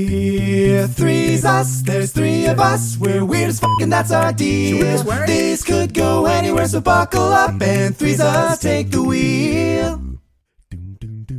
We're three's us, there's three of us. We're weird as fuck and that's our deal. This could go anywhere, so buckle up and three's us take the wheel.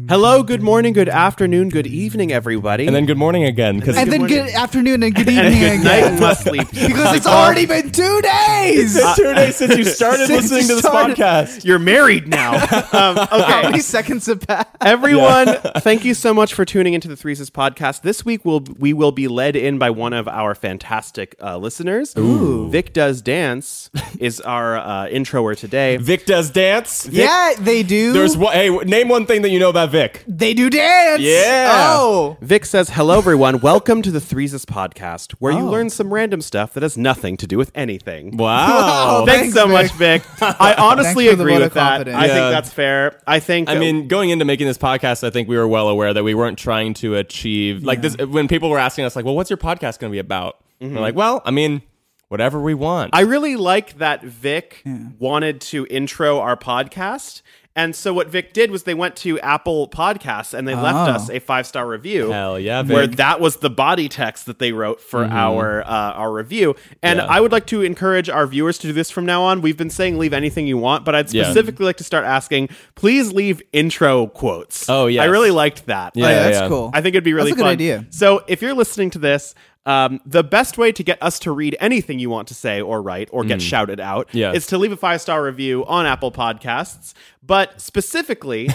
Hello, good morning, good afternoon, good evening, everybody. And then good morning again. Because and then morning. good afternoon and good And good evening again. night, must sleep. Because it's already been two days. two days since you started Since listening you to this started- podcast. You're married now. um, How okay. many seconds have passed? Everyone, thank you so much for tuning into the Threeses podcast. This week, we'll, we will be led in by one of our fantastic uh, listeners. Ooh. Vic Does Dance is our uh, introer today. Vic does dance. Vic, Yeah, they do. There's one. Hey, name one thing that you know about Vic. they do dance. Yeah. Oh. Vic says, Hello, everyone. Welcome to the Threeses podcast, where you learn some random stuff that has nothing to do with anything. Wow. Wow. Oh, Thanks, Oh, Thanks, so much, Vic. I honestly Thanks for the agree vote with of that. confidence. I think Yeah. that's fair. I think. I mean, going into making this podcast, I think we were well aware that we weren't trying to achieve like this. uh, When people were asking us, like, "Well, what's your podcast going to be about?" We're like, "Well, I mean, whatever we want." Mm-hmm. I really like that Vic wanted to intro our podcast. And so what Vic did was they went to Apple Podcasts and they left Oh. us a five star review. Hell yeah, Vic. Where that was the body text that they wrote for Mm-hmm. our uh, our review. And Yeah. I would like to encourage our viewers to do this from now on. We've been saying leave anything you want, but I'd Yeah. specifically like to start asking, please leave intro quotes. Oh, I yes. really liked that. Yeah, Oh, yeah, yeah, that's yeah. cool. I think it'd be really That's a good fun. idea. So if you're listening to this, um, the best way to get us to read anything you want to say or write or get shouted out Mm. Yes. is to leave a five star review on Apple Podcasts. But specifically,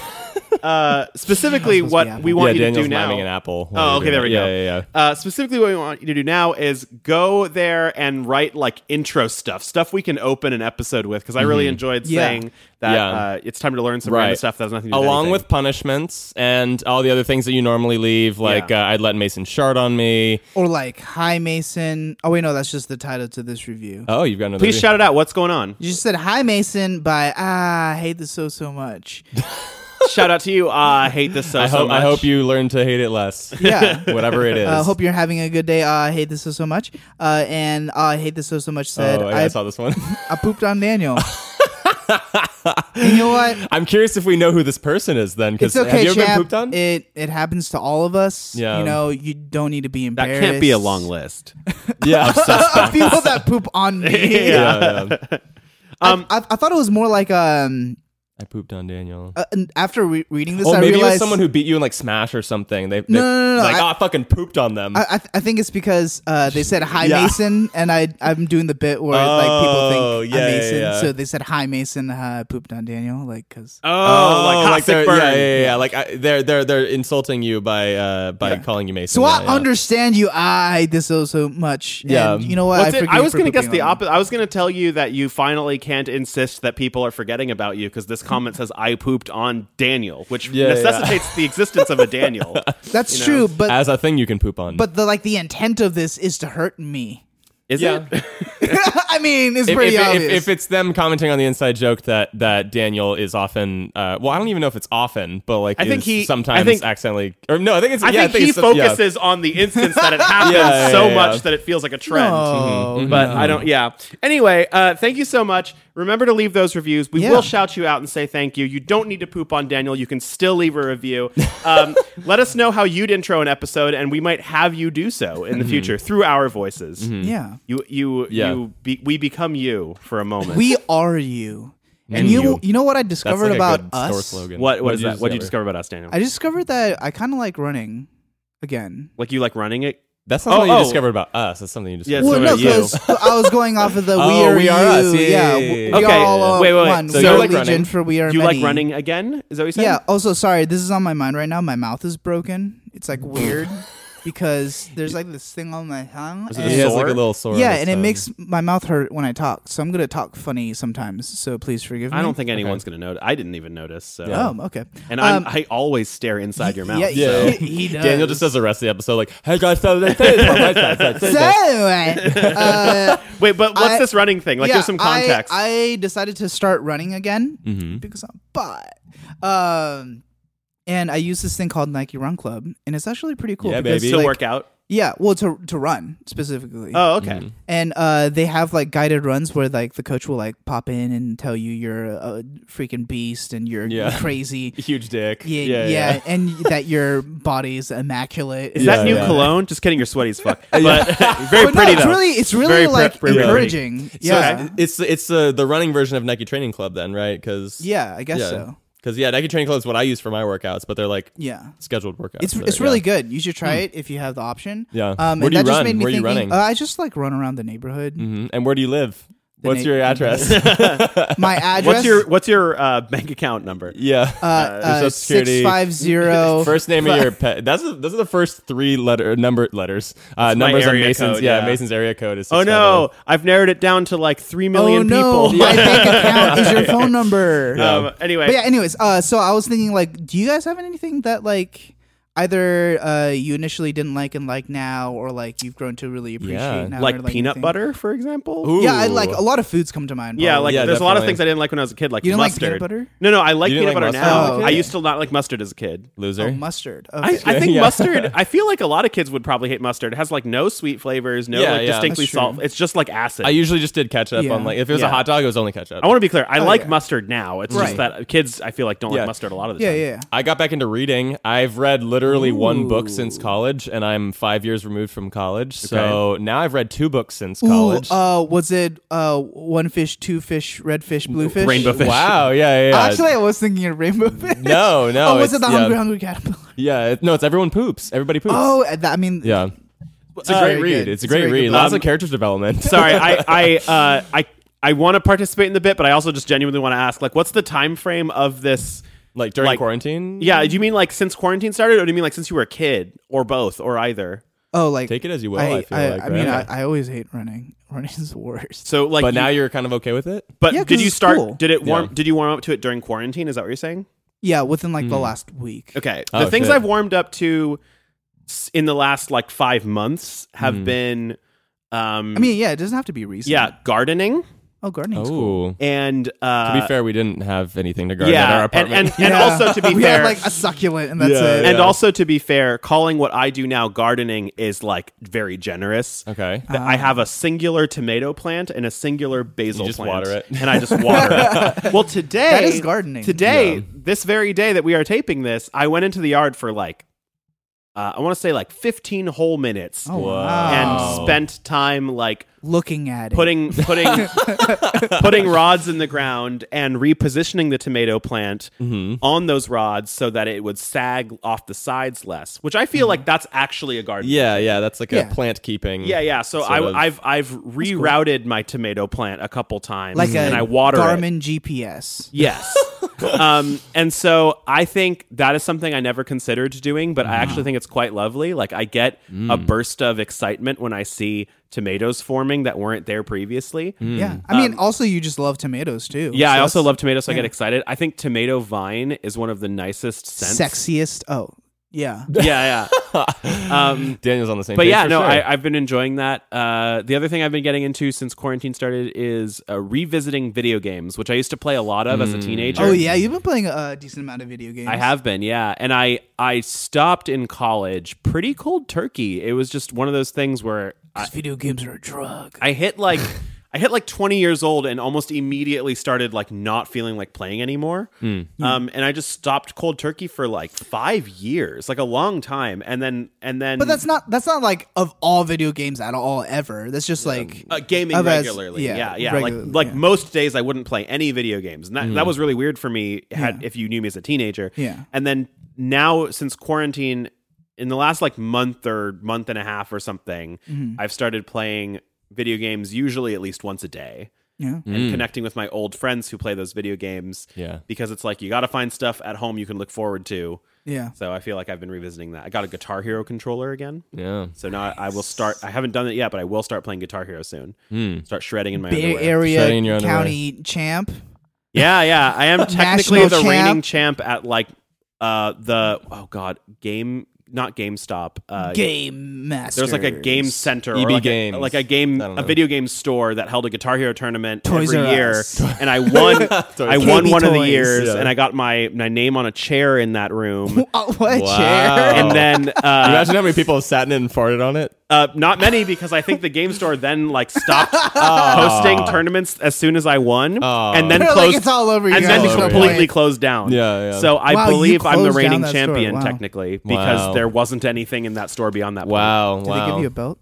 uh, specifically, supposed to be what Apple. we want yeah, you Daniel's to do now. miming an apple. Oh, okay, there we yeah, go. Yeah, yeah. Uh, specifically, what we want you to do now is go there and write like intro stuff, stuff we can open an episode with, because I really enjoyed Yeah. saying that Mm-hmm. Yeah. uh, it's time to learn some random Right. stuff that has nothing to do with Along anything. with punishments and all the other things that you normally leave, like Yeah. uh, I'd let Mason shard on me. Or like, hi, Mason. Oh, wait, no, that's just the title to this review. Oh, you've got another. Please shout it out. What's going on? you just said, hi, Mason, by, ah, I hate this so, so much. Shout out to you. Uh, I hate this so, I so hope, I much. hope you learn to hate it less. Yeah. Whatever it is. I uh, hope you're having a good day. Uh, I hate this so, so much. Uh, and uh, I hate this so, so much said, Oh, yeah, I, I, saw this one. I pooped on Daniel. you know what? I'm curious if we know who this person is then, because It's have okay, you ever champ. been pooped on? It it happens to all of us. Yeah. You know, you don't need to That be embarrassed. can't be a long list. yeah. of people that poop on me. yeah, yeah. Um, I, I thought it was more like um. I pooped on Daniel. Uh, and after re- reading this, oh, I maybe it was realized someone who beat you in like Smash or something. They, they No, no, no, no, like I- oh, I fucking pooped on them. I, I, th- I think it's because uh, they said hi Yeah. Mason, and I I'm doing the bit where like people Oh, think yeah, I'm yeah, Mason, yeah. so they said hi Mason, uh, pooped on Daniel, like because Oh, they're, yeah, yeah, yeah, yeah. Like I, they're they're they're insulting you by uh by calling you Mason. so yeah, I yeah. understand you. I hate this so so much. Yeah. and you know what? What's I, it? forgive I you was for going to guess pooping the on me. opposite. I was going to tell you that you finally can't insist that people are forgetting about you because this comment says I pooped on Daniel, which Yeah, yeah. necessitates the existence of a Daniel. That's you know. true, but as a thing you can poop on. but the like the intent of this is to hurt me. Is Yeah. it? I mean, it's if, pretty if, if- obvious. if it's them commenting on the inside joke that that Daniel is often, uh, well, I don't even know if it's often, but like I think is he- I sometimes think- accidentally, or no, I think it's. I yeah, think he it's some- yeah. focuses on the instance that it happens Yeah, yeah, so much yeah, yeah. Mm-hmm. that it feels like a trend. No, Mhm. But I don't. Yeah. Anyway, uh, thank you so much. Remember to leave those reviews. We Yeah. will shout you out and say thank you. You don't need to poop on Daniel. You can still leave a review. Um, let us know how you'd intro an episode, and we might have you do so in the future through our voices. yeah, You, you, Mm-hmm. Yeah. you. Be, we become you for a moment. we are you. And you, you. you, know what I That's discovered like about a good us? store slogan. what? What is that? What did you discover discover? about us, Daniel? I discovered that I kind of like running again. like you like running it? That's not Oh, something oh. you discovered about us. That's something you discovered. It's well, no, about you. because I was going off of the we Oh, are we are you. us. Yeah, yeah, yeah, we yeah. Okay, are all um, wait, wait, wait. one. So we you are like legion running? for we are You many. like running again? Is that what you said? Yeah. Also, sorry, this is on my mind right now. My mouth is broken. It's like weird because there's like this thing on my tongue. So and- he has sore? like a little sore. on yeah, his and it tongue. makes my mouth hurt when I talk. So I'm gonna talk funny sometimes. So please forgive me. Mm-hmm. I don't think anyone's gonna notice. I didn't even notice. So. Oh, okay. And I'm, Um, I always stare inside your mouth. Yeah, so. Yeah. he, he does. Daniel just does the rest of the episode like, "Hey guys, so this is my website, so this is So it." anyway, uh, Wait, but what's I- this running thing? Like, yeah, there's some context. Mm-hmm. I, I decided to start running again because I'm butt. Um, and I use this thing called Nike Run Club, and it's actually pretty cool. Yeah, because, baby. Still like- work out. Yeah, well, to to run specifically. Oh, okay. mm-hmm. and uh, they have like guided runs where like the coach will like pop in and tell you you're a freaking beast and you're Yeah. crazy. Huge dick. Yeah, yeah, and that your body is immaculate. Is Yeah, that new yeah. cologne? Just kidding, you're sweaty as fuck. But very But no, pretty it's though. really, it's really Very pre- like pretty, pretty. encouraging. So Yeah, it's it's uh, the running version of Nike Training Club then, right? Because yeah, I guess so. Because yeah, Nike Training Club is what I use for my workouts, but they're like Yeah. scheduled workouts. It's, but, it's yeah. Hmm. really good. You should try it if you have the option. Yeah. Um, Where and do you that just run? made me Where are you thinking, running? uh, I just like run around the neighborhood. Mhm. And where do you live? What's na- your the address? My address. What's your what's your uh, bank account number? yeah. uh, uh, Social Security. six five zero? First name of your pet. That's the- those are the first three letter number letters. Uh, my numbers on area Mason's. code, yeah, yeah. Mason's area code is. Oh 650. no, I've narrowed it down to like three Oh million no, people. my bank account is your phone number. Um, anyway, But yeah, anyways, uh, so I was thinking, like, do you guys have anything that like either uh, you initially didn't like and like now, or like you've grown to really appreciate Yeah. now, or, like peanut anything? butter, for example. Ooh. Yeah, I like a lot of foods come to mind. Yeah, probably. like Yeah, there's a lot of definitely. things I didn't like when I was a kid, like You didn't like mustard. peanut butter? No, no, I like You didn't peanut like butter mustard? now. Oh, okay. I used to not like mustard as a kid. loser. oh, mustard. I, Okay. I think Yeah. mustard. I feel like a lot of kids would probably hate mustard. It has like no sweet flavors, no Yeah, like yeah. distinctly That's true. salt. It's just like acid. I usually just did ketchup Yeah. on like if it was Yeah. a hot dog, it was only ketchup. I want to be clear. I like yeah. mustard now. It's just Right. that kids, I feel like, don't Oh, Yeah. like mustard a lot of the yeah, time. yeah. I got back into reading. I've read literally one book since college, and I'm five years removed from college. So now I've read two books since Ooh, college. uh, was it uh, one fish, two fish, red fish, blue fish, Rainbow fish. wow. Yeah. Yeah. yeah. Actually, I was thinking of rainbow fish. no. No. oh, was it the it's- hungry, yeah, hungry caterpillar? Yeah. it- no. It's everyone poops. Everybody poops. Oh, that, I mean, Yeah. It's a Uh, great very read. It's good. a It's a great very good read. book. Lots of character development. Sorry, I I uh, I I want to participate in the bit, but I also just genuinely want to ask, like, what's the time frame of this? like during Like- quarantine. Yeah, do you mean like since quarantine started, or do you mean like since you were a kid, or both, or either? Oh, like Take it as you will, I feel like, I mean, right? I, I always hate running. Running is the worst. So like, But you- now you're kind of okay with it. but Yeah, 'cause did you it's start? cool. Did it warm? Yeah. Did you warm up to it during quarantine? Is that what you're saying? Yeah, within like the last week. Hmm. Okay. Oh, the things shit. I've warmed up to s- in the last like five months have Hmm. been, um, I mean, yeah, it doesn't have to be recent. yeah, gardening Oh, gardening's cool. Oh. and uh, To be fair, we didn't have anything to garden at our yeah, and apartment. and, and Yeah. also to be we fair, had like a succulent, and that's Yeah, it. and yeah. also to be fair, calling what I do now gardening is like very generous. okay. Th- Ah. I have a singular tomato plant and a singular basil You just plant, water it. and I just water it. Well, today That is gardening. Today, this very day that we are taping this, I went into the yard for like, uh, I want to say like fifteen whole minutes, Oh, and wow. Oh. spent time like looking at it. putting putting putting rods in the ground and repositioning the tomato plant Mm-hmm. Mm-hmm. on those rods so that it would sag off the sides less, which I feel like that's actually a garden. Yeah, yeah, that's like Mm-hmm. Yeah. a plant keeping. Yeah, yeah. So sort I, of- I've I've rerouted my tomato plant a couple times, like a and I water it. Garmin GPS. Yes. um, and so I think that is something I never considered doing, but I actually think it's quite lovely. Like I get a burst of excitement when I see tomatoes forming that weren't there previously. Yeah, I mean, also you just love tomatoes too. Hmm. Um, Yeah, So I also that's love tomatoes. So I get excited. I think tomato vine is one of the nicest scents. sexiest. Oh, yeah. Yeah, yeah. um, Daniel's on the same but page yeah, for no, sure. I, I've been enjoying that. Uh, the other thing I've been getting into since quarantine started is uh, revisiting video games, which I used to play a lot of as a teenager. Oh yeah, you've been playing a decent amount of video games. I have been, yeah. And I I stopped in college pretty cold turkey. It was just one of those things where I, 'Cause Video games are a drug. I hit like I hit like 20 years old and almost immediately started like not feeling like playing anymore. Hmm. Um, and I just stopped cold turkey for like five years, like a long time. And then and then But that's not that's not like of all video games at all ever. That's just like uh, gaming of as- regularly. yeah, yeah, yeah. regularly, like like yeah. most days, I wouldn't play any video games, and that, that was really weird for me. Had if you knew me as a teenager, Yeah. And then now, since quarantine, in the last like month or month and a half or something, Mm-hmm. I've started playing video games usually at least once a day yeah. and connecting with my old friends who play those video games. Yeah. because it's like you got to find stuff at home you can look forward to. Yeah. So I feel like I've been revisiting that. I got a Guitar Hero controller again. Yeah. So now I will start. I haven't done it yet, but I will start playing Guitar Hero soon. Hmm. Start shredding in my Bay underwear. Area Shutting in your underwear. county champ. Yeah, yeah. I am technically National the champ. reigning champ at like uh the oh god game not GameStop. Uh, Game Master. There was like a game center, EB or like, E Games. A, like a game, I don't a know. video game store that held a Guitar Hero tournament Toys every R year, Us. and I won. I won KB one of the Toys. years, Yeah. and I got my my name on a chair in that room. Oh, what a Wow. chair. And then uh, Imagine how many people have sat in it and farted on it. uh, not many because I think the game store then like stopped hosting tournaments as soon as I won, Oh. and then They're like, closed. "It's all over, you and guys." then It's all over, completely yeah. closed down. Yeah, yeah. So I Wow, you believe I'm the closed down reigning that store. champion Wow. technically because Wow. there wasn't anything in that store beyond that. point. Wow. Did wow. they give you a belt?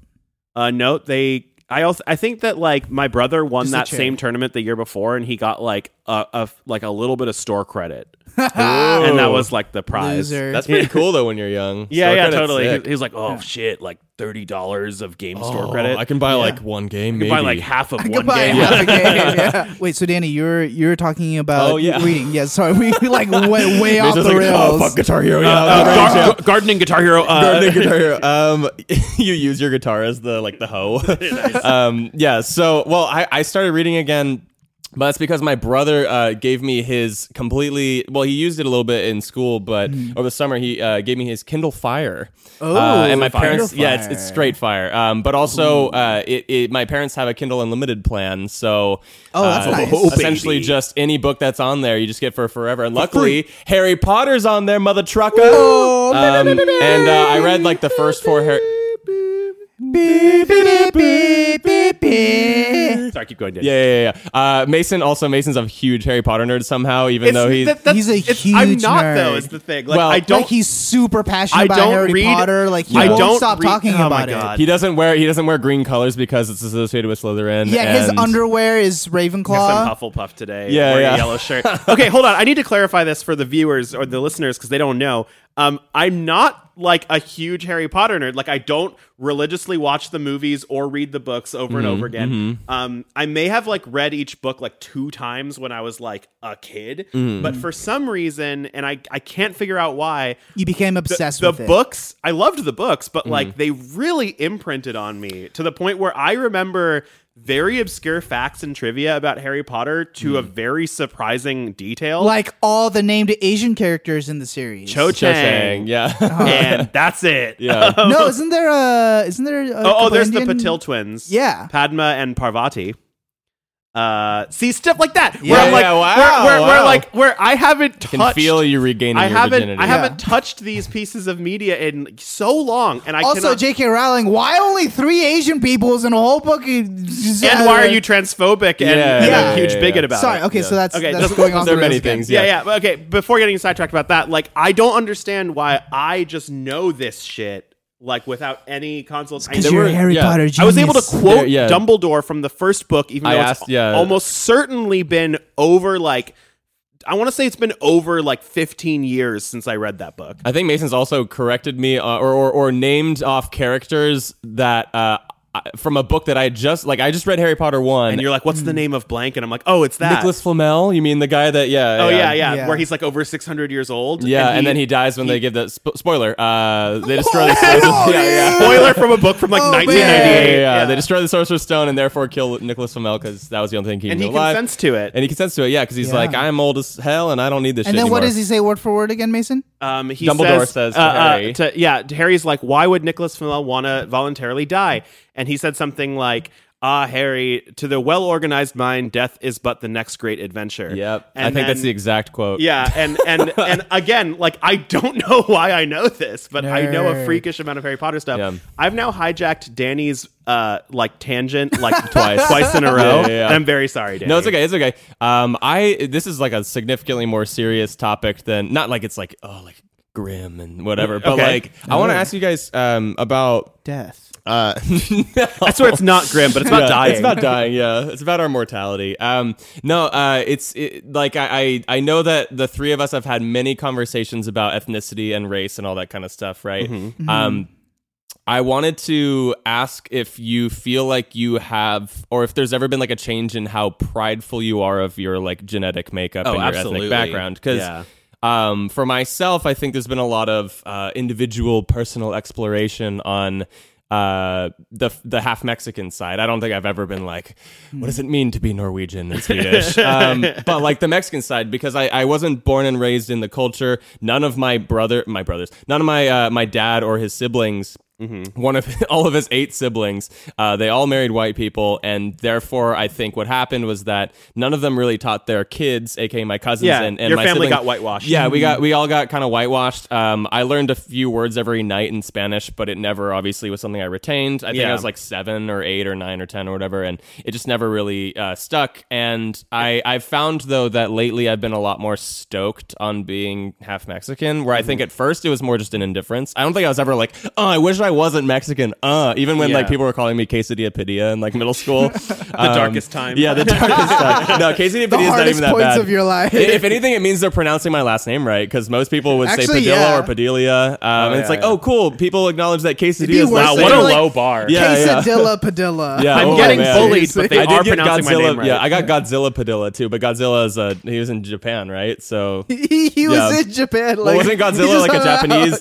Uh, no, they. I also I think that like my brother won Just a that chair. same tournament the year before, and he got like a, a like a little bit of store credit, and that was like the prize. Loser. That's pretty cool though when you're young. Yeah, Store yeah, credit's totally. sick. He, he was like, oh shit, like thirty dollars of game store Oh, credit. I can buy like one game. Maybe. buy like half of one Goodbye. game. Uh, Have a game, yeah. Wait, so Danny, you're you're talking about Oh, yeah. reading? Yeah, sorry, we like went way It's off the just like, oh, rails. fuck Guitar Hero. Yeah, Uh, Guitar Hero, gar- gardening Guitar Hero. Uh, Gardening guitar hero. Um, you use your guitar as the like the hoe. um, yeah. So, well, I, I started reading again, but that's because my brother uh, gave me his completely. Well, he used it a little bit in school, but over the summer he uh, gave me his Kindle Fire. Mm-hmm. Oh, Uh, and my Kindle parents. Yeah, it's, it's Fire. straight fire. Um, but also, uh, it, it my parents have a Kindle Unlimited plan, so Oh, that's uh, nice. Oh, baby. essentially just any book that's on there, you just get for forever. And luckily, Harry Potter's on there, mother trucker. Um, and uh, I read like the first four Harry. Eh. Sorry, keep going. Dan. Yeah, yeah, yeah. yeah. Uh, Mason also Mason's a huge Harry Potter nerd somehow, even It's- though he's that- that's- He's a it's- I'm huge not nerd. though. Is the thing. Like Well, I don't. like he's super passionate I about don't Harry read- Potter. Like he I won't don't stop read- talking oh my about God. he doesn't wear he doesn't wear green colors because it's associated with Slytherin. it. Yeah, his and- underwear is Some Ravenclaw. Hufflepuff today. Yeah, wearing a yeah. yellow shirt. Okay, hold on. I need to clarify this for the viewers or the listeners because they don't know. Um, I'm not like a huge Harry Potter nerd. Like I don't religiously watch the movies or read the books over Mm-hmm, and over again. Um, I may have like read each book like two times when I was like a kid, Mm-hmm. but for some reason, and I I can't figure out why. You became the- obsessed the with it. Mm. books i loved the books but like they really imprinted on me to the point where i remember very obscure facts and trivia about harry potter to Mm. a very surprising detail like all the named Asian characters in the series. cho Cho chang Chang, yeah. and that's it Yeah. no, isn't there a isn't there? A oh, oh there's the Indian? patil twins Yeah. padma and parvati uh see stuff like that where Yeah, I'm like yeah, wow, where, where, where wow. like where i haven't touched Can feel you regaining I your haven't virginity. I haven't Yeah. touched these pieces of media in so long and I Also, cannot... J.K. Rowling, why only three Asian peoples in a whole book? And and why are you transphobic and, Yeah, and yeah, a huge yeah, bigot yeah. about Sorry. it? Okay, so that's Okay, that's just- going on. there are many things. Yeah, Yeah. yeah. but Okay, before getting sidetracked about that, like I don't understand why I just know this shit like without any consults. I, Because There you're were- a Harry yeah. Potter. Genius. I was able to quote There- yeah. Dumbledore from the first book, even though I it's asked- yeah. almost certainly been over like I want to say it's been over like 15 years since I read that book. I think Mason's also corrected me uh, or, or or named off characters that uh, I- from a book that I just like. I just read Harry Potter one. And you're like, Hmm. what's the name of blank? And I'm like, oh, it's that. Nicholas Flamel. You mean the guy that? Yeah. oh, yeah, yeah, Yeah. Where he's like over 600 years old. Yeah, and, then he dies when they give the sp- spoiler. Uh, they destroy the sorcerer's Oh, stone. Yeah, yeah. dude. Spoiler from a book from like Oh, man. Yeah, yeah, 1998. yeah, yeah. They destroy the sorcerer's stone and therefore kill Nicholas Flamel because that was the only thing he and knew he alive. consents to it. and he consents to it. Yeah, because he's Yeah. like, I'm old as hell and I don't need this. And shit then what anymore." does he say word for word again, Mason? Um, he Dumbledore says, uh, says to Harry- to- yeah, to Harry's like, why would Nicholas Flamel want to voluntarily die? And he said something like, ah, Harry, to the well organized mind, death is but the next great adventure. Yep. And I think that's then- the exact quote. Yeah, and and and again, like I don't know why I know this, but I know a Nerd. freakish amount of Harry Potter stuff. Yeah. I've now hijacked Danny's uh like tangent like Twice. twice in a row, Yeah, yeah, yeah. and I'm very sorry, Danny. No, it's okay. It's okay. Um, I this is like a significantly more serious topic than not like it's like oh like grim and whatever, but Okay. like I want to ask you guys um about Death. uh, That's where it's not grim, but it's about yeah, dying. It's about dying. Yeah, it's about our mortality. Um, no, uh, it's it, like I, I I know that the three of us have had many conversations about ethnicity and race and all that kind of stuff, right? Mm-hmm. Um, I wanted to ask if you feel like you have, or if there's ever been like a change in how prideful you are of your like genetic makeup and your absolutely. ethnic background, because. Oh, Yeah. Um, for myself, I think there's been a lot of uh, individual personal exploration on uh, the the half Mexican side. I don't think I've ever been like, what does it mean to be Norwegian and Swedish? um, but like the Mexican side, because I, I wasn't born and raised in the culture. None of my brother, my brothers, none of my uh, my dad or his siblings. One of all of his eight siblings, uh, they all married white people, and therefore, I think what happened was that none of them really taught their kids, aka my cousins Yeah, and, and your my family siblings- got whitewashed. Mm-hmm. Yeah, we got we all got kind of whitewashed. Um, I learned a few words every night in Spanish, but it never obviously was something I retained. I think Yeah. I was like seven or eight or nine or ten or whatever, and it just never really uh, stuck. And I I've found though that lately I've been a lot more stoked on being half Mexican. Where I Mm-hmm. think at first it was more just an indifference. I don't think I was ever like, oh, I wish I wasn't Mexican. Uh, even when like Yeah. people were calling me quesadilla pidilla in like middle school, the darkest time. Yeah, the darkest time. No, quesadilla the pidilla is not hardest even that points bad of your life. if if anything, it means they're pronouncing my last name right because most people would say Actually, Padilla yeah. or Padilla. Um, and it's yeah, like, yeah. oh, cool. People acknowledge that quesadilla be is worse Wow, last if name. what they a were like- low bar. Yeah, yeah. Quesadilla Padilla. Yeah, I'm oh, getting man. bullied, but they I are did get pronouncing my Godzilla. name right. Yeah, I got Godzilla Padilla too, but Godzilla is uh, he was in Japan, right? So he, he was Yeah. in Japan. Like, well, wasn't he Godzilla just like a hung out. Japanese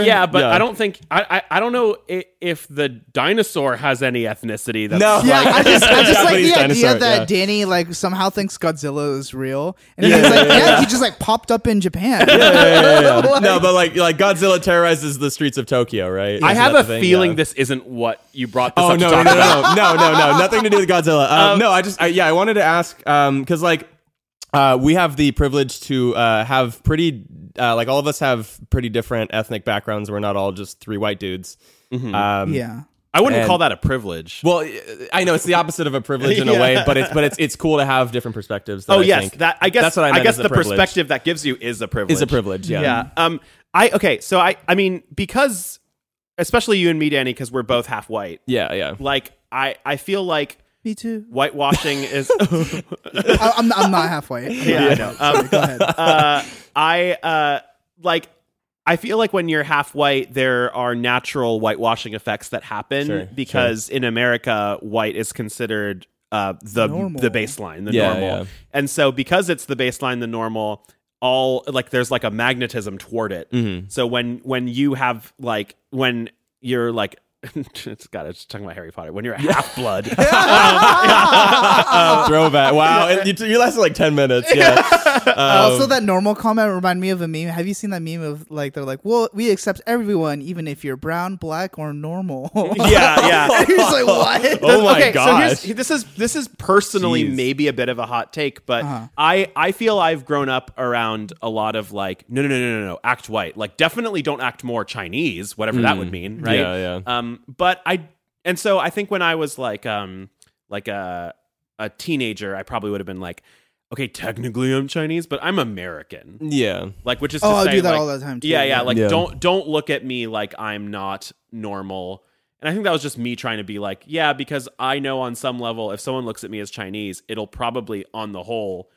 Yeah, yeah, but I don't think I, I, I don't know i- if the dinosaur has any ethnicity. That's No. Yeah, I just, I just like the Japanese idea dinosaur, that yeah. Danny like somehow thinks Godzilla is real, and he's like, yeah, he just like popped up in Japan. Like- no, but like like Godzilla terrorizes the streets of Tokyo, right? I Isn't have that a the thing? feeling Yeah. this isn't what you brought this Oh up no, to no, talk no, about. no, no, no, no, nothing to do with Godzilla. Um, no, I just, I, yeah, I wanted to ask um, because like. Uh, we have the privilege to uh, have pretty, uh, like all of us have pretty different ethnic backgrounds. We're not all just three white dudes. Mm-hmm. Um, yeah, I wouldn't And- call that a privilege. Well, I know it's the opposite of a privilege in a Yeah. way, but it's but it's it's cool to have different perspectives. That oh I yes, think. that I guess that's what I, I meant guess as a the privilege. perspective that gives you is a privilege. is a privilege. Yeah. Yeah. Um. I okay. So I I mean because especially you and me, Danny, because we're both half white. yeah, yeah. Like I I feel like me too. whitewashing is. I, I'm, I'm not halfway. I'm not yeah, I halfway. know. Um, Go ahead. uh, I uh, like. I feel like when you're half white, there are natural whitewashing effects that happen Sure, because in America, white is considered uh, the Normal. the baseline, the Yeah, normal, yeah. and so because it's the baseline, the normal, all like there's like a magnetism toward it. Mm-hmm. So when when you have like when you're like. it's got it's talking about Harry Potter. When you're a half blood, Um, Throwback. Wow, it, you, t- you lasted like ten minutes. Yeah. Um, also, Oh, that normal comment reminded me of a meme. Have you seen that meme of like they're like, "Well, we accept everyone, even if you're brown, black, or normal." yeah, yeah. He's like, "What?" Oh my okay, So gosh. here's, this is this is personally Jeez. maybe a bit of a hot take, but Uh-huh. I I feel I've grown up around a lot of like no no no no no no act white like definitely don't act more Chinese whatever that would mean right Hmm. Yeah, yeah um but I and so I think when I was like um like a a teenager I probably would have been like okay technically I'm Chinese but I'm American yeah. like which is Oh, to I say, do that like- all the time, too, Yeah, yeah. yeah. Like Yeah. don't don't look at me like I'm not normal. And I think that was just me trying to be like, yeah, because I know on some level, if someone looks at me as Chinese, it'll probably on the whole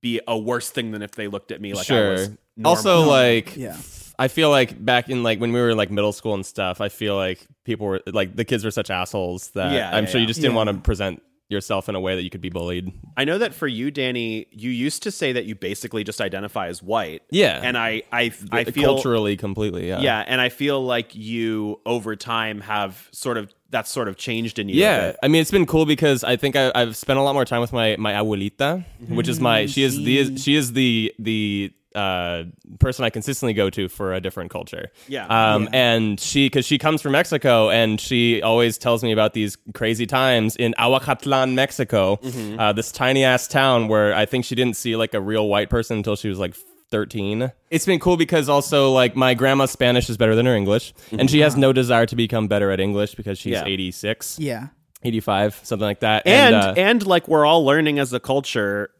be a worse thing than if they looked at me like I was. normal. Also, like, Yeah. I feel like back in like when we were like middle school and stuff, I feel like people were like the kids were such assholes that Yeah, I'm yeah, sure yeah. you just didn't Yeah. want to present yourself in a way that you could be bullied. I know that for you, Danny, you used to say that you basically just identify as white. Yeah. and I, I, I Like, feel uh, culturally completely. Yeah. yeah, and I feel like you over time have sort of that's sort of changed in you. a Yeah, bit. I mean it's been cool because I think I, I've spent a lot more time with my my abuelita, which is my she is the she is the the uh, person I consistently go to for a different culture. Yeah. um, and she because she comes from Mexico and she always tells me about these crazy times in Aguacatlan, Mexico, uh, this tiny ass town where I think she didn't see like a real white person until she was like 13. It's been cool because also like my grandma's Spanish is better than her English and she has no desire to become better at English because she's Yeah. 86. yeah. 85 something like that and uh, Hmm. and, like we're all learning as a culture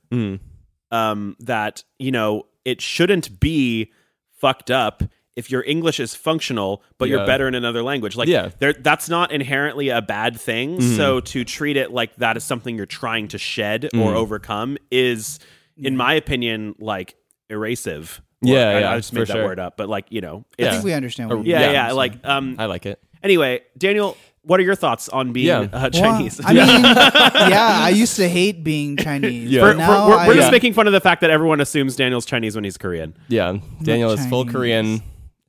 um that you know it shouldn't be fucked up if your english is functional but Yeah. you're better in another language like Yeah. Mm-hmm. there that's not inherently a bad thing so to treat it like that is something you're trying to shed Mm-hmm. or overcome is Mm-hmm. in my opinion like erasive Or- Yeah, I, yeah, I just made for that sure. word up but like you know I it's, think we understand. What you yeah. mean. yeah Yeah. like um i like it anyway daniel what are your thoughts on being Yeah. uh, chinese Well, I mean, yeah, I used to hate being Chinese. Yeah. but For- for- now we're I- we're just making fun of the fact that everyone assumes Daniel's Chinese when he's Korean yeah daniel is full Chinese. korean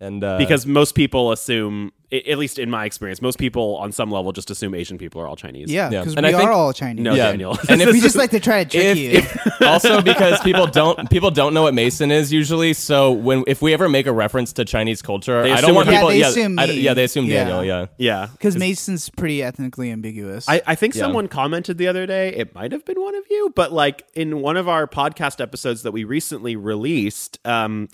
and uh because most people assume i- at least in my experience, most people on some level just assume Asian people are all Chinese. Yeah, Yeah. because And we I think- are all Chinese. No, Yeah. Daniel. And if we just like to try to if, trick you. if- also because people don't people don't know what Mason is usually. So when if we ever make a reference to Chinese culture, They I assume don't want me. Yeah, people. they yeah, assume I- me. yeah, they assume Yeah. Daniel. Yeah. yeah. because Mason's pretty ethnically ambiguous. I, I think Yeah. someone commented the other day, it might have been one of you, but like in one of our podcast episodes that we recently released, um,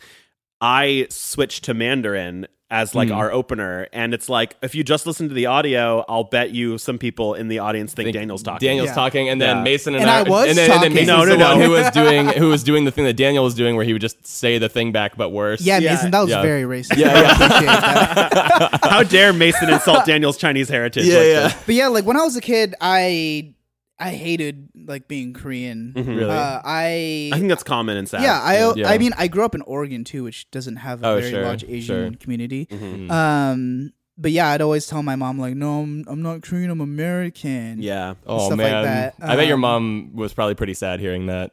I switched to Mandarin as like Hmm. our opener. And it's like, if you just listen to the audio, I'll bet you some people in the audience think, Daniel's talking. Daniel's Yeah. talking, and then Yeah. Mason and, And I was and then, and then talking. Mason's No, no, the no. one who was doing who was doing the thing that Daniel was doing, where he would just say the thing back, but worse. yeah, yeah, Mason, that was yeah. very racist. Yeah, yeah. How dare Mason insult Daniel's Chinese heritage? yeah, like yeah. this? But yeah, like when I was a kid, I I hated like being Korean. Mm-hmm. Really? Uh, I I think that's common and sad. yeah, I Yeah. I mean I grew up in Oregon too, which doesn't have a Oh, very sure, large Asian sure. community. Mm-hmm. Mm. Um, but yeah, I'd always tell my mom like, no, I'm I'm not Korean, I'm American. Yeah. oh stuff like man, that. I bet your Um, mom was probably pretty sad hearing that.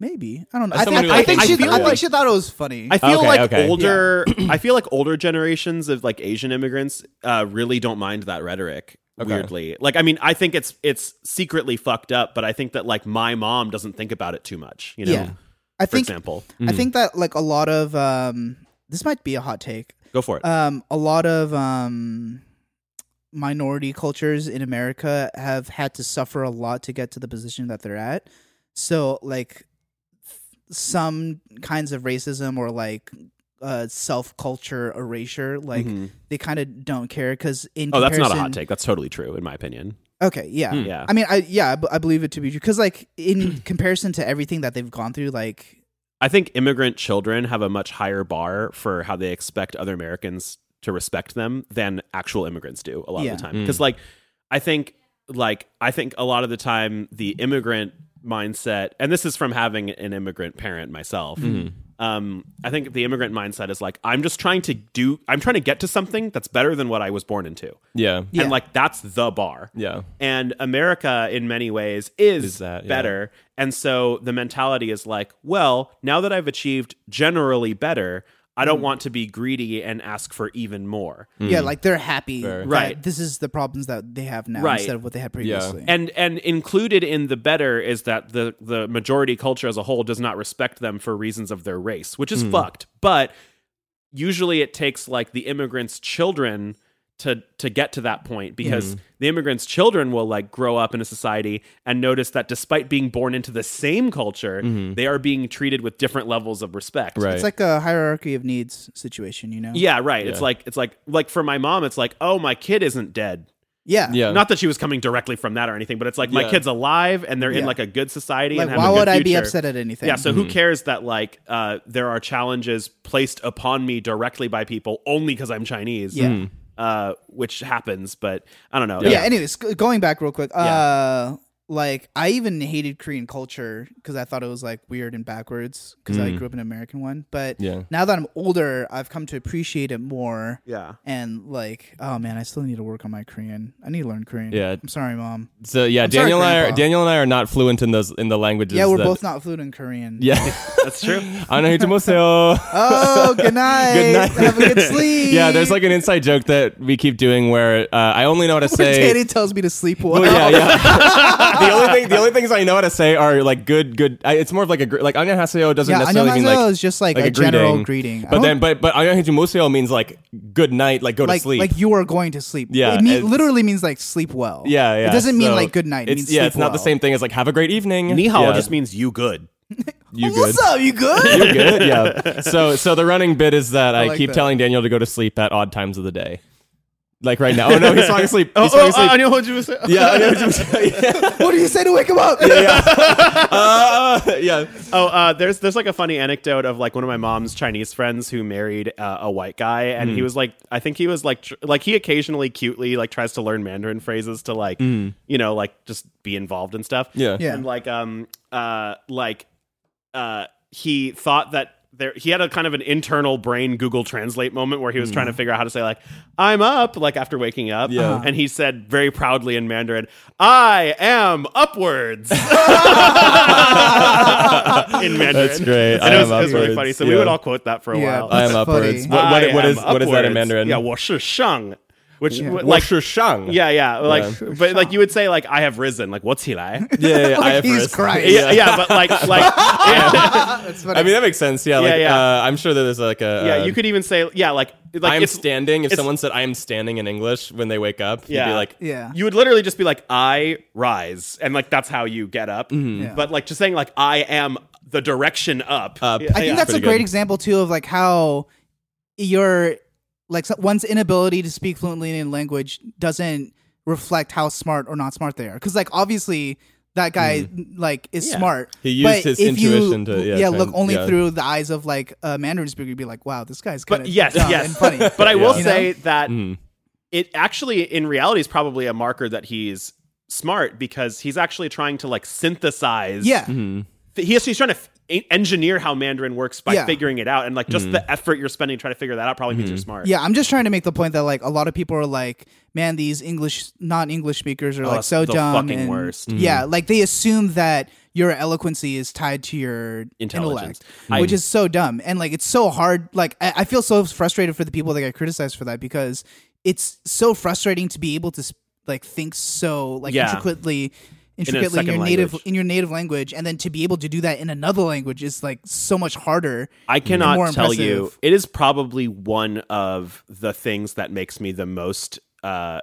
maybe I don't know. As I think, someone who, I like, think hates she Korea. I think she thought it was funny. I feel Okay, like okay. older. I feel like older generations of like Asian immigrants uh, really don't mind that rhetoric. Okay. Weirdly, like I mean, I think it's it's secretly fucked up, but I think that like my mom doesn't think about it too much. You know, Yeah. I for think example, I think that like a lot of um, this might be a hot take. go for it. um, a lot of um, minority cultures in America have had to suffer a lot to get to the position that they're at. So, like, some kinds of racism or like uh, self culture erasure, like they kind of don't care because in Mm-hmm. oh, that's not a comparison- hot take. That's totally true, in my opinion. Okay, yeah. Yeah. I mean, I yeah, I, b- I believe it to be true because like in comparison to everything that they've gone through, like I think immigrant children have a much higher bar for how they expect other Americans to respect them than actual immigrants do a lot Yeah. of the time. Because like I think like I think a lot of the time the immigrant mindset and this is from having an immigrant parent myself. Um, I think the immigrant mindset is like I'm just trying to do I'm trying to get to something that's better than what I was born into. Yeah, yeah, Yeah. Uh, And like that's the bar. yeah. And America, in many ways, is, Is that, yeah. better. And so the mentality is like, well, now that I've achieved generally better, I Mm. don't want to be greedy and ask for even more. yeah, like they're happy, that Hmm. Right. This is the problems that they have now Right. instead of what they had previously. And and included in the better is that the the majority culture as a whole does not respect them for reasons of their race, which is fucked. But usually it takes like the immigrants' children to to get to that point because the immigrants' children will like grow up in a society and notice that despite being born into the same culture, they are being treated with different levels of respect. Right. It's like a hierarchy of needs situation, you know? Yeah, right. It's like it's like like for my mom, it's like, oh, my kid isn't dead. Yeah. Yeah. Not that she was coming directly from that or anything, but it's like my Yeah. kid's alive and they're in Yeah. like a good society. Like, and have a why good would I be future. upset at anything? Yeah, so Mm-hmm. who cares that like uh, there are challenges placed upon me directly by people only because I'm Chinese? Yeah. Mm. uh, which happens, but I don't know. yeah. Anyways, g- going back real quick. Uh, like I even hated Korean culture because I thought it was like weird and backwards because I grew up in an American one. But Mm. Yeah. now that I'm older, I've come to appreciate it more. yeah. And like, oh man, I still need to work on my Korean. I need to learn Korean. Yeah. I'm sorry, mom. So yeah, sorry, Daniel and I are Grandpa. Daniel and I are not fluent in those in the languages. yeah, we're that- both not fluent in Korean. Yeah. that's true. 안녕하세요. Oh, good night. Good night. Have a good sleep. yeah, there's like an inside joke that we keep doing where uh, I only know how to say. Danny tells me to sleep well. Oh, yeah, yeah. the only thing, the only things I know how to say are like good, good. I, it's more of like a gr- like 안녕하세요 doesn't Yeah, necessarily mean 안녕하세요 like is just, like, a general greeting. I But then, don't- but but 안녕하세요 means like good night, like go like to sleep. like you are going to sleep. Yeah, it mean, it's- literally means like sleep well. yeah, yeah. It doesn't mean So like good night. It It's, means yeah, sleep it's not the well. same thing as like have a great evening. Nihao yeah. just means you good. you good. What's up? You good? You're good. Yeah. So so the running bit is that I, like keep that. telling Daniel to go to sleep at odd times of the day, like right now. Oh no, he's falling asleep. He's falling oh, asleep. yeah, I know what you yeah, what do you say to wake him up? uh, yeah. Oh, uh, there's there's like a funny anecdote of like one of my mom's Chinese friends who married uh, a white guy, and he was like, I think he was like, tr- like he occasionally cutely like tries to learn Mandarin phrases to like, you know, like just be involved and stuff. Yeah. Yeah. and like um uh like uh he thought that there he had a kind of an internal brain Google Translate moment where he was trying to figure out how to say like I'm up like after waking up Mm-hmm. Yeah. Uh-huh. and he said very proudly in Mandarin I am upwards in Mandarin That's great. and I it was, am it was really upwards. funny so Yeah. we would all quote that for a Yeah. while I am That's upwards. funny. What, what, I what am is what is that in upwards. Mandarin? yeah 我是上 which w- like like shang. yeah yeah like Yeah. but like you would say like I have risen like what's he like yeah, yeah, yeah, I have he's wrist. Christ. yeah yeah but like like That's funny. I mean that makes sense. Yeah, like Yeah, yeah. Uh, I'm sure that there's like a yeah uh, you could even say yeah like like I'm it's- standing. If it's- someone said I am standing in English when they wake up, you'd Yeah. be like, yeah. you would literally just be like i rise and like that's how you get up Mm-hmm. "Hmm." Yeah. but like just saying like i am the direction up Up. Yeah. I think Yeah. that's a Pretty great good. example too of like how your like so- one's inability to speak fluently in language doesn't reflect how smart or not smart they are. Because like obviously that guy like is Yeah. smart. He but Mm. used his if you, intuition to- yeah, yeah try look and- only yeah. through the eyes of like a Mandarin speaker, you'd be like, wow, this guy's kind but of yes yes and funny. but i will You know? say that Mm-hmm. it actually in reality is probably a marker that he's smart because he's actually trying to like synthesize yeah, he has, he's trying to f- e- engineer how mandarin works by Yeah. figuring it out and like just Mm-hmm. the effort you're spending trying to figure that out probably means you're smart yeah. I'm just trying to make the point that like a lot of people are like, man, these English non-English speakers are like Oh, it's so the dumb fucking and worst. yeah, like they assume that your eloquency is tied to your Intelligence. intellect, which is so dumb and like it's so hard. Like I, I feel so frustrated for the people that get criticized for that because it's so frustrating to be able to sp- like think so like Yeah. intricately. Intricately in, second your native language. in your native language, and then to be able to do that in another language is like so much harder. I and cannot more tell you. impressive. It is probably one of the things that makes me the most uh,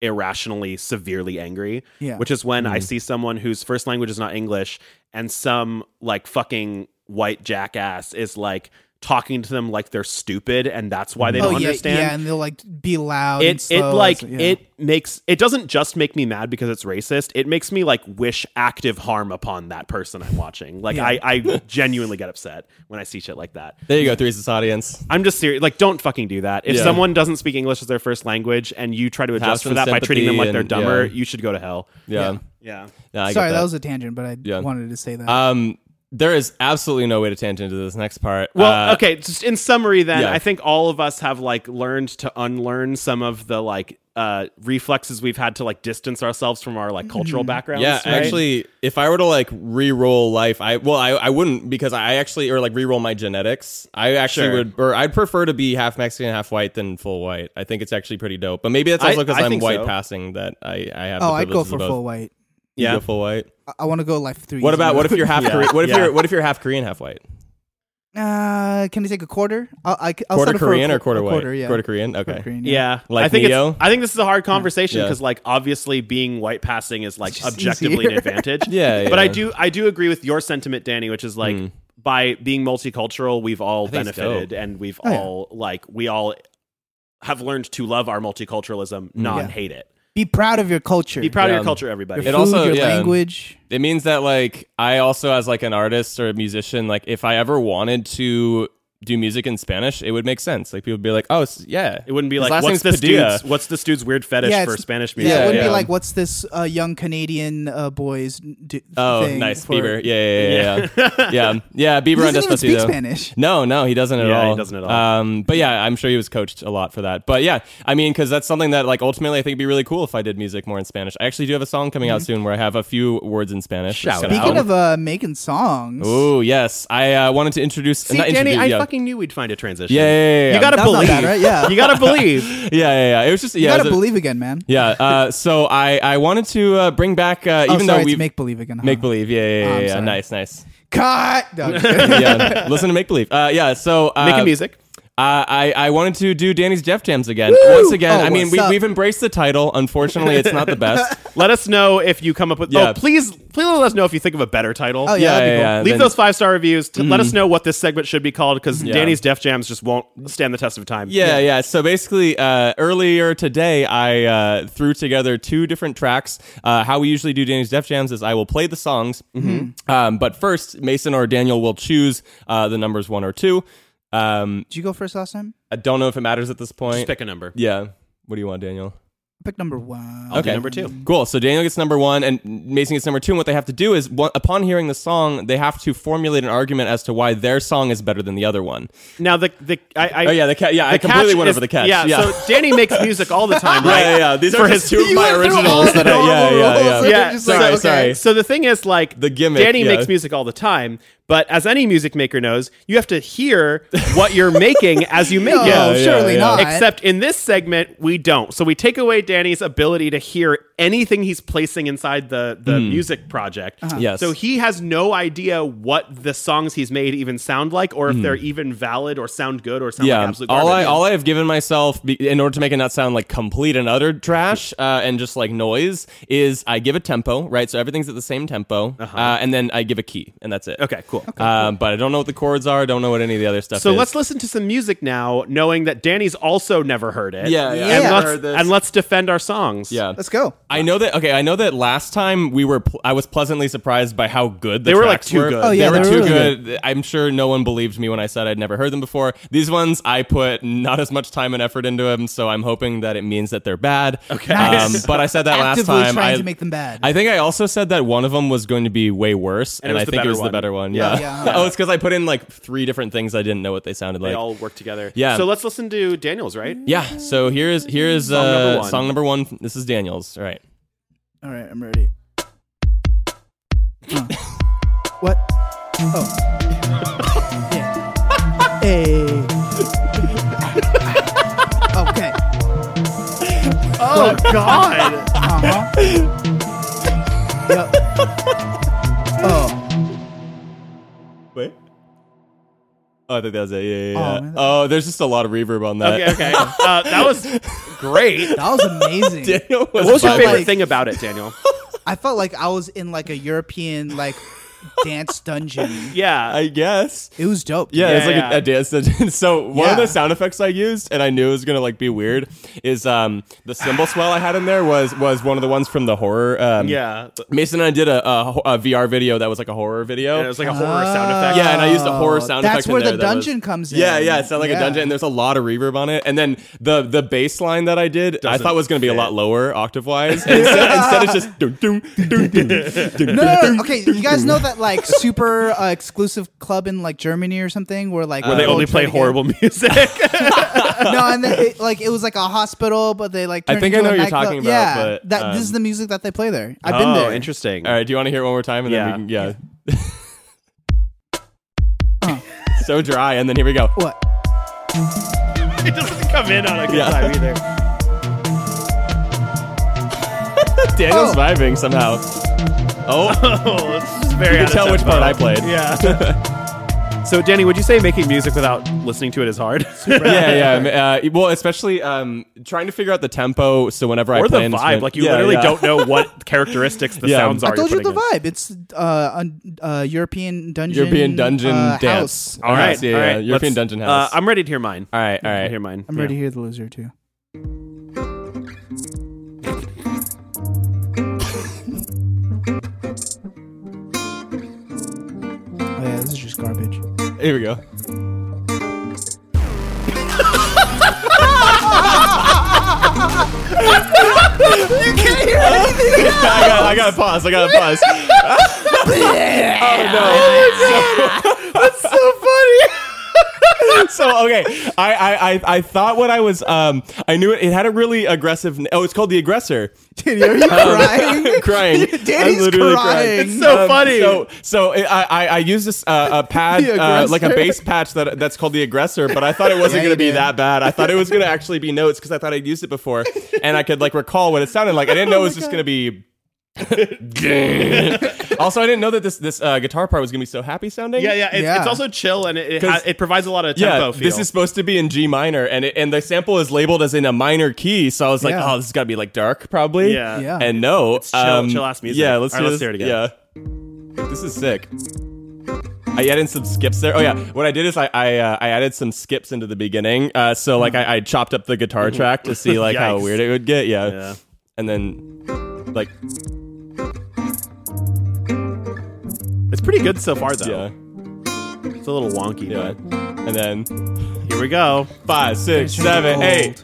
irrationally, severely angry. Yeah. Which is when I see someone whose first language is not English and some like fucking white jackass is like talking to them like they're stupid and that's why they don't oh yeah, understand yeah, and they'll like be loud. and it it slow like as- yeah. it makes it doesn't just make me mad because it's racist. It makes me like wish active harm upon that person I'm watching. Like I I genuinely get upset when I see shit like that. there you go, threesis audience. I'm just serious. Like, don't fucking do that. If Yeah. someone doesn't speak English as their first language and you try to adjust for some that by treating them like they're sympathy and- dumber, yeah. you should go to hell. Yeah, yeah. Yeah. I get Sorry, that. that was a tangent, but I Yeah. wanted to say that. Um, there is absolutely no way to tangent to this next part. Well, Uh, okay. Just in summary, then yeah. I think all of us have like learned to unlearn some of the like uh, reflexes we've had to like distance ourselves from our Mm-hmm. like cultural backgrounds. Yeah, right? actually, if I were to like re-roll life, I well, I, I wouldn't because I actually or like re-roll my genetics. I actually Sure. would, or I'd prefer to be half Mexican, half white than full white. I think it's actually pretty dope. But maybe that's I- also because I I'm think white so. passing that I I have. oh, the I'd go privileges for of both. full white. You Yeah. go full white. I, I want to go like three. What about what if you're half Yeah. Korean? What if Yeah. you're what if you're half Korean, half white? Uh, can I take a quarter? I'll, I, I'll Quarter settle for a Korean qu- or quarter a white? Quarter, yeah. Quarter Korean. Okay. Quarter Korean, Yeah, Like I think it's- Neo? Mm, I think this is a hard conversation Yeah. because, like, obviously being white passing is like just objectively an easier. advantage. Yeah, yeah. Mm. but I do I do agree with your sentiment, Danny, which is like by being multicultural, we've all think it's benefited dope. and we've Oh, yeah. all like we all have learned to love our multiculturalism, not Mm, Yeah. Um, hate it. Be proud of your culture. Be proud of Yeah. your culture, Your everybody. food, It also- your yeah. language. it means that like I also as like an artist or a musician, like if I ever wanted to do music in Spanish, it would make sense. Like people would be like, "Oh, s- yeah." it wouldn't be His like last what's name's this Padilla." dude's what's this dude's weird fetish Yeah, for it's- Spanish Yeah, music. it wouldn't yeah. be like what's this uh, young Canadian uh, boys? Do- Oh, thing nice for- Bieber. Yeah, yeah, yeah, yeah. yeah. yeah. yeah Bieber He on doesn't even speak Despacito. Spanish. No, no, he doesn't at Yeah, he all. doesn't at all. Um, but yeah, I'm sure he was coached a lot for that. But yeah, I mean, because that's something that like ultimately I think would be really cool if I did music more in Spanish. I actually do have a song coming out soon where I have a few words in Spanish. Shout Mm-hmm. Speaking of uh, making songs, Oh yes, I uh, wanted to introduce. See, not Danny, introduce, I yeah. fucking knew we'd find a transition. Yeah, yeah, yeah, yeah. You gotta That's not believe, bad, right? Yeah. You gotta believe. yeah, yeah, yeah. It was just you yeah, it gotta was a- believe again, man. yeah. Uh, so I I wanted to uh, bring back uh, Oh, even sorry, though we it's make believe again. huh? make believe. Yeah, yeah, Oh, yeah. I'm yeah, sorry. Nice, nice. Cut. No, I'm just kidding. Yeah, listen to make believe. Uh, yeah. So uh, Making music. Uh, I, I wanted to do Danny's Jeff Jams again. Once again, Oh, I mean, what's we, up? we've embraced the title. Unfortunately, it's not the best. Let us know if you come up with. Yeah. Oh, please, please let us know if you think of a better title. Oh, yeah. Mm. yeah, that'd be yeah, cool. yeah. Leave Then- those five star reviews. To Let us know what this segment should be called because Danny's Def Jams just won't stand the test of time. Yeah, yeah. So basically, uh, earlier today, I uh, threw together two different tracks. Uh, how we usually do Danny's Def Jams is I will play the songs, Mm-hmm. um, but first, Mason or Daniel will choose uh, the numbers one or two. Um, Did you go first last time? I don't know if it matters at this point. Just pick a number. yeah. What do you want, Daniel? Pick number one. I'll do number two. Cool. So Daniel gets number one, and Mason gets number two. And what they have to do is, wha- upon hearing the song, they have to formulate an argument as to why their song is better than the other one. Now the the I, I Oh, yeah, the ca- yeah, I completely catch went is- over the catch. Yeah, Yeah. so Danny makes music all the time, right? Yeah, yeah, yeah. These are just two of my went through all originals. the That I, yeah, normal yeah, rules, yeah. and Yeah, you're just sorry, like, okay. sorry. So the thing is, like The gimmick, Danny yeah. makes music all the time, but as any music maker knows, you have to hear what you're making as you make No, it. Yeah, yeah, surely yeah. not. Except in this segment, we don't. So we take away Danny's ability to hear anything he's placing inside the, the music project. Hmm. Uh-huh. Yes. So he has no idea what the songs he's made even sound like, or if they're even valid, or sound good, or sound like Hmm. Yeah, absolute all I garbage. all I have given myself be, in order to make it not sound like complete and utter trash uh, and just like noise is I give a tempo, right? So everything's at the same tempo, uh and then I give a key, and that's it. Okay, cool. Um, but I don't know what the chords are. Don't know what any of the other stuff. So is. let's listen to some music now, knowing that Danny's also never heard it. Yeah, yeah, And, I've let's, heard this. and let's defend our songs. yeah. Let's go. I know that. Okay, I know that last time we were. Pl- I was pleasantly surprised by how good the They were, like, tracks too good. Oh, yeah, they were they too were really good. I'm sure no one believed me when I said I'd never heard them before. These ones I put not as much time and effort into them, so I'm hoping that it means that they're bad. Okay, Nice. but I said that last Actively time. trying I, to make them bad. I think I also said that one of them was going to be way worse, it and, was I the think it better was one. the better one. Yeah, Yeah. yeah. oh, it's because I put in like three different things. I didn't know what they sounded They like. all work together. Yeah. So let's listen to Daniel's, right? yeah. So here is here is Song number uh, one. song number one. This is Daniel's. All right. All right, I'm ready. Huh. what? Oh. yeah. Hey. okay. Oh, God. Uh huh. yep. Oh. Wait. Oh, I think that was it. Yeah, yeah, Oh, yeah. man. Oh, there's just a lot of reverb on that. okay, okay. Uh, that was great. That was amazing. Daniel was What was your bugging. favorite like- thing about it, Daniel? I felt like I was in like a European like dance dungeon. Yeah. I guess. It was dope. dude. Yeah, Yeah, it's like a- yeah. A, dance dungeon. So one of Yeah. the sound effects I used, and I knew it was gonna like be weird, is um the cymbal swell I had in there was was one of the ones from the horror. Um, yeah. Mason and I did a, a, ho- a VR video that was like a horror video. And it was like a horror sound effect. yeah, and I used a horror Oh, sound effect. that's in where the there that was- dungeon comes in. Yeah, yeah, it sounded like a Yeah. dungeon, and there's a lot of reverb on it. And then the the bass line that I did, I Doesn't thought was going to be a lot fit. lower octave wise. instead, instead, it's just dun, dun, dun, dun, dun, No, dun. no, no. Okay, you guys know that like super uh, exclusive club in like Germany or something where like Where they Oh, people only try play to get- horrible music. no, and then it, like it was like a hospital, but they like. I turned think I into know what a you're nightclub. talking about, Yeah, but, that this um, is the music that they play there. I've been oh, there. interesting. All right, do you want to hear it one more time? And Yeah. then we can, yeah. so dry, and then here we go. What? It doesn't come in on a good Yeah. time either. Daniel's Oh. vibing somehow. Oh, Oh, it's just very you out can of tell which tempo. part I played. Yeah. so, Danny, would you say making music without listening to it is hard? yeah, yeah. Um, uh, well, especially um, trying to figure out the tempo. So whenever I or the play an vibe. instrument- Like you Yeah, literally yeah. don't know what characteristics the Yeah. sounds are. I told you're you the putting in. vibe. It's uh, un- uh European dungeon. European dungeon uh, dance. Oh, house. All right, House, yeah, all yeah, right. European Let's- dungeon house. Uh, I'm ready to hear mine. all right, all I right. hear mine. I'm ready to hear the loser too. oh yeah, this is just garbage. Here we go. you can't hear anything. I got, I got to pause. I got to pause. oh no! Oh, That's so funny. so okay, I, I I I thought what I was um I knew it. It had a really aggressive. n- Oh, it's called the aggressor. Dude, are you crying? crying. Danny's I'm literally crying. It's so funny. So, so I, I, I use this uh, a pad, The uh, like a aggressor. bass patch that that's called the aggressor. But I thought it wasn't Yeah, you going to be did. that bad. I thought it was going to actually be notes because I thought I'd used it before and I could like recall what it sounded like. I didn't Oh know it was just going to be. also, I didn't know that this this uh, guitar part was going to be so happy sounding. Yeah, yeah. It's, Yeah. it's also chill and it it, 'Cause- ha- it provides a lot of Yeah, tempo feel. this is supposed to be in G minor, and it, and the sample is labeled as in a minor key. So I was like, Yeah. oh, this has got to be like dark, probably. Yeah. Yeah. And no, Oh, chill- um, chill-ass music. Yeah, let's, All do right, this. let's hear it again. Yeah, this is sick. I added some skips there. Oh yeah, what I did is I I, uh, I added some skips into the beginning. Uh, so like I, I chopped up the guitar track to see like how Mm-hmm. Yikes. weird it would get. Yeah. Yeah. and then like It's pretty good so far, though. yeah It's a little wonky, yeah, and then but here we go. five six Turn it seven old. eight.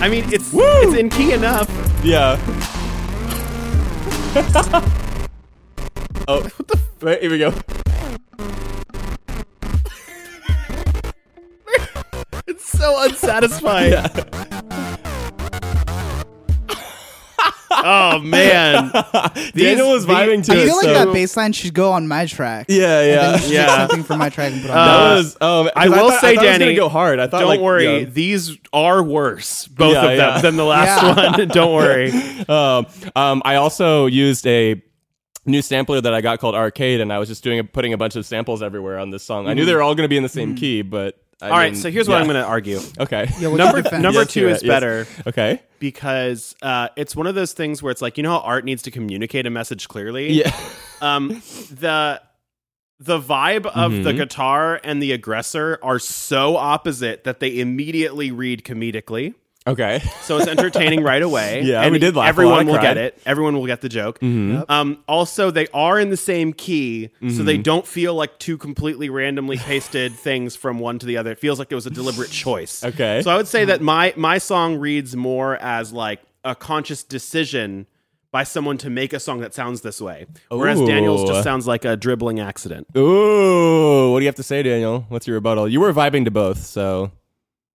I mean, it's it's in key enough. Yeah. oh, what the? Wait, here we go. It's so unsatisfying. oh man, Daniel was the- vibing to I it. feel like so- that bass line should go on my track. yeah, And yeah, then you should yeah. take Yeah. Something from my track and put on. Uh, that. That was. Um, 'cause I will say, thought- thought it was gonna Danny, go hard. I thought. don't like, worry. yeah. These are worse, both Yeah, of them, yeah. than the last one. don't worry. um, um, I also used a new sampler that I got called Arcade, and I was just doing a, putting a bunch of samples everywhere on this song. I knew they were all going to be in the same key, but I All right, didn't- so here's what yeah. I'm going to argue. Okay. Yeah, what's your Number defense? number Yes, two you're is right, yes. better Okay. because uh, it's one of those things where it's like you know how art needs to communicate a message clearly. Yeah. um the the vibe of the Mm-hmm. guitar and the aggressor are so opposite that they immediately read comedically Okay. so it's entertaining right away Yeah, and we did laugh a lot. everyone Mm-hmm. I will cried. get it everyone will get the joke um, also they are in the same key so Mm-hmm. they don't feel like two completely randomly pasted things from one to the other it feels like it was a deliberate choice Okay. Mm-hmm. so i would say that my my song reads more as like a conscious decision by someone to make a song that sounds this way whereas Ooh. daniel's just sounds like a dribbling accident Ooh, what do you have to say, Daniel? What's your rebuttal? You were vibing to both, so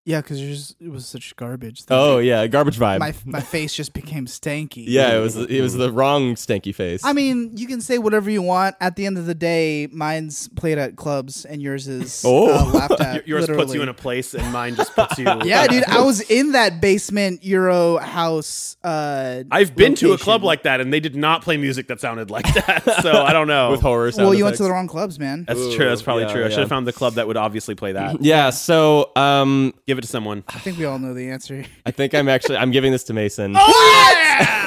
yeah, because yours it was such garbage. that oh yeah, garbage vibe. my my face just became stanky. yeah, it was it was the wrong stanky face. I mean, you can say whatever you want. At the end of the day, mine's played at clubs and yours is Oh. uh, laughed at. Y- yours puts you in a place and mine just puts you Yeah, dude, I was in that basement Euro house. Uh, I've been to a location. club like that and they did not play music that sounded like that. So I don't know. with horror. Sound Well, you went to effects. the wrong clubs, man. That's Ooh, true. That's probably yeah, true. I should yeah. have found the club that would obviously play that. yeah. So um, Give it to someone. I think we all know the answer. I think I'm actually I'm giving this to Mason. What?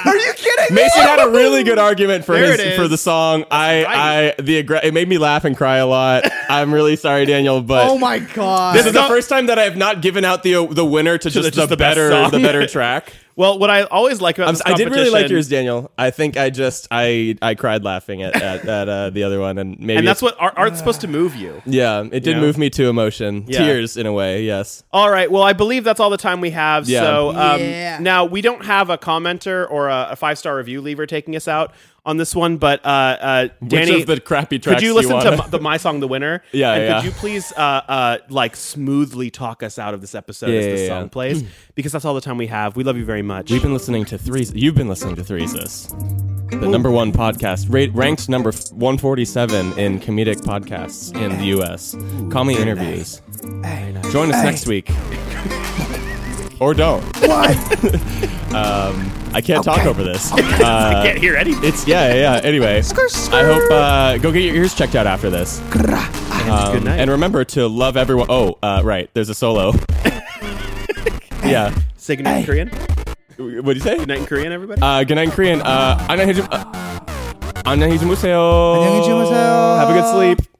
Are you kidding me? Mason had a really good argument for There his, it is. for the song. I right. I the aggra- it made me laugh and cry a lot. I'm really sorry, Daniel, but Oh my god! this is the Don't- first time that I have not given out the the winner to just, the- just the the, best better song. the better track. Well, what I always like about I'm, this si did really like competition- yours, Daniel. I think I just I I cried laughing at at, at uh, the other one, and maybe and that's it's- what art, art's supposed to move you. Yeah, it did know? move me to emotion, Yeah. tears in a way. Yes. All right. Well, I believe that's all the time we have. Yeah. So um, Yeah. now we don't have a commenter or a, a five star review lever taking us out on this one, but uh, uh, Danny, Which of the crappy tracks could you do listen to wanna- m- the my song the winner Yeah, and yeah. could you please uh uh like smoothly talk us out of this episode as Yeah, this yeah, song yeah. plays because that's all the time we have we love you very much We've been listening to threes. You've been listening to threeses, the number one podcast, rate, ranked number f- 147 in comedic podcasts in the U.S. Comedy interviews. Join us next week, or don't. Um, what? I can't talk Okay. over this. Uh, can't hear anything it's yeah, yeah. yeah. Anyway, I hope uh, go get your ears checked out after this. good night Um, And remember to love everyone. Oh, uh, right. There's a solo. yeah. say good night in korean good What'd you say? night in korean everybody Uh, good night in Korean. Uh, 안녕히 주- uh, 안녕히 주무세요. 안녕히 주무세요. Have a good sleep.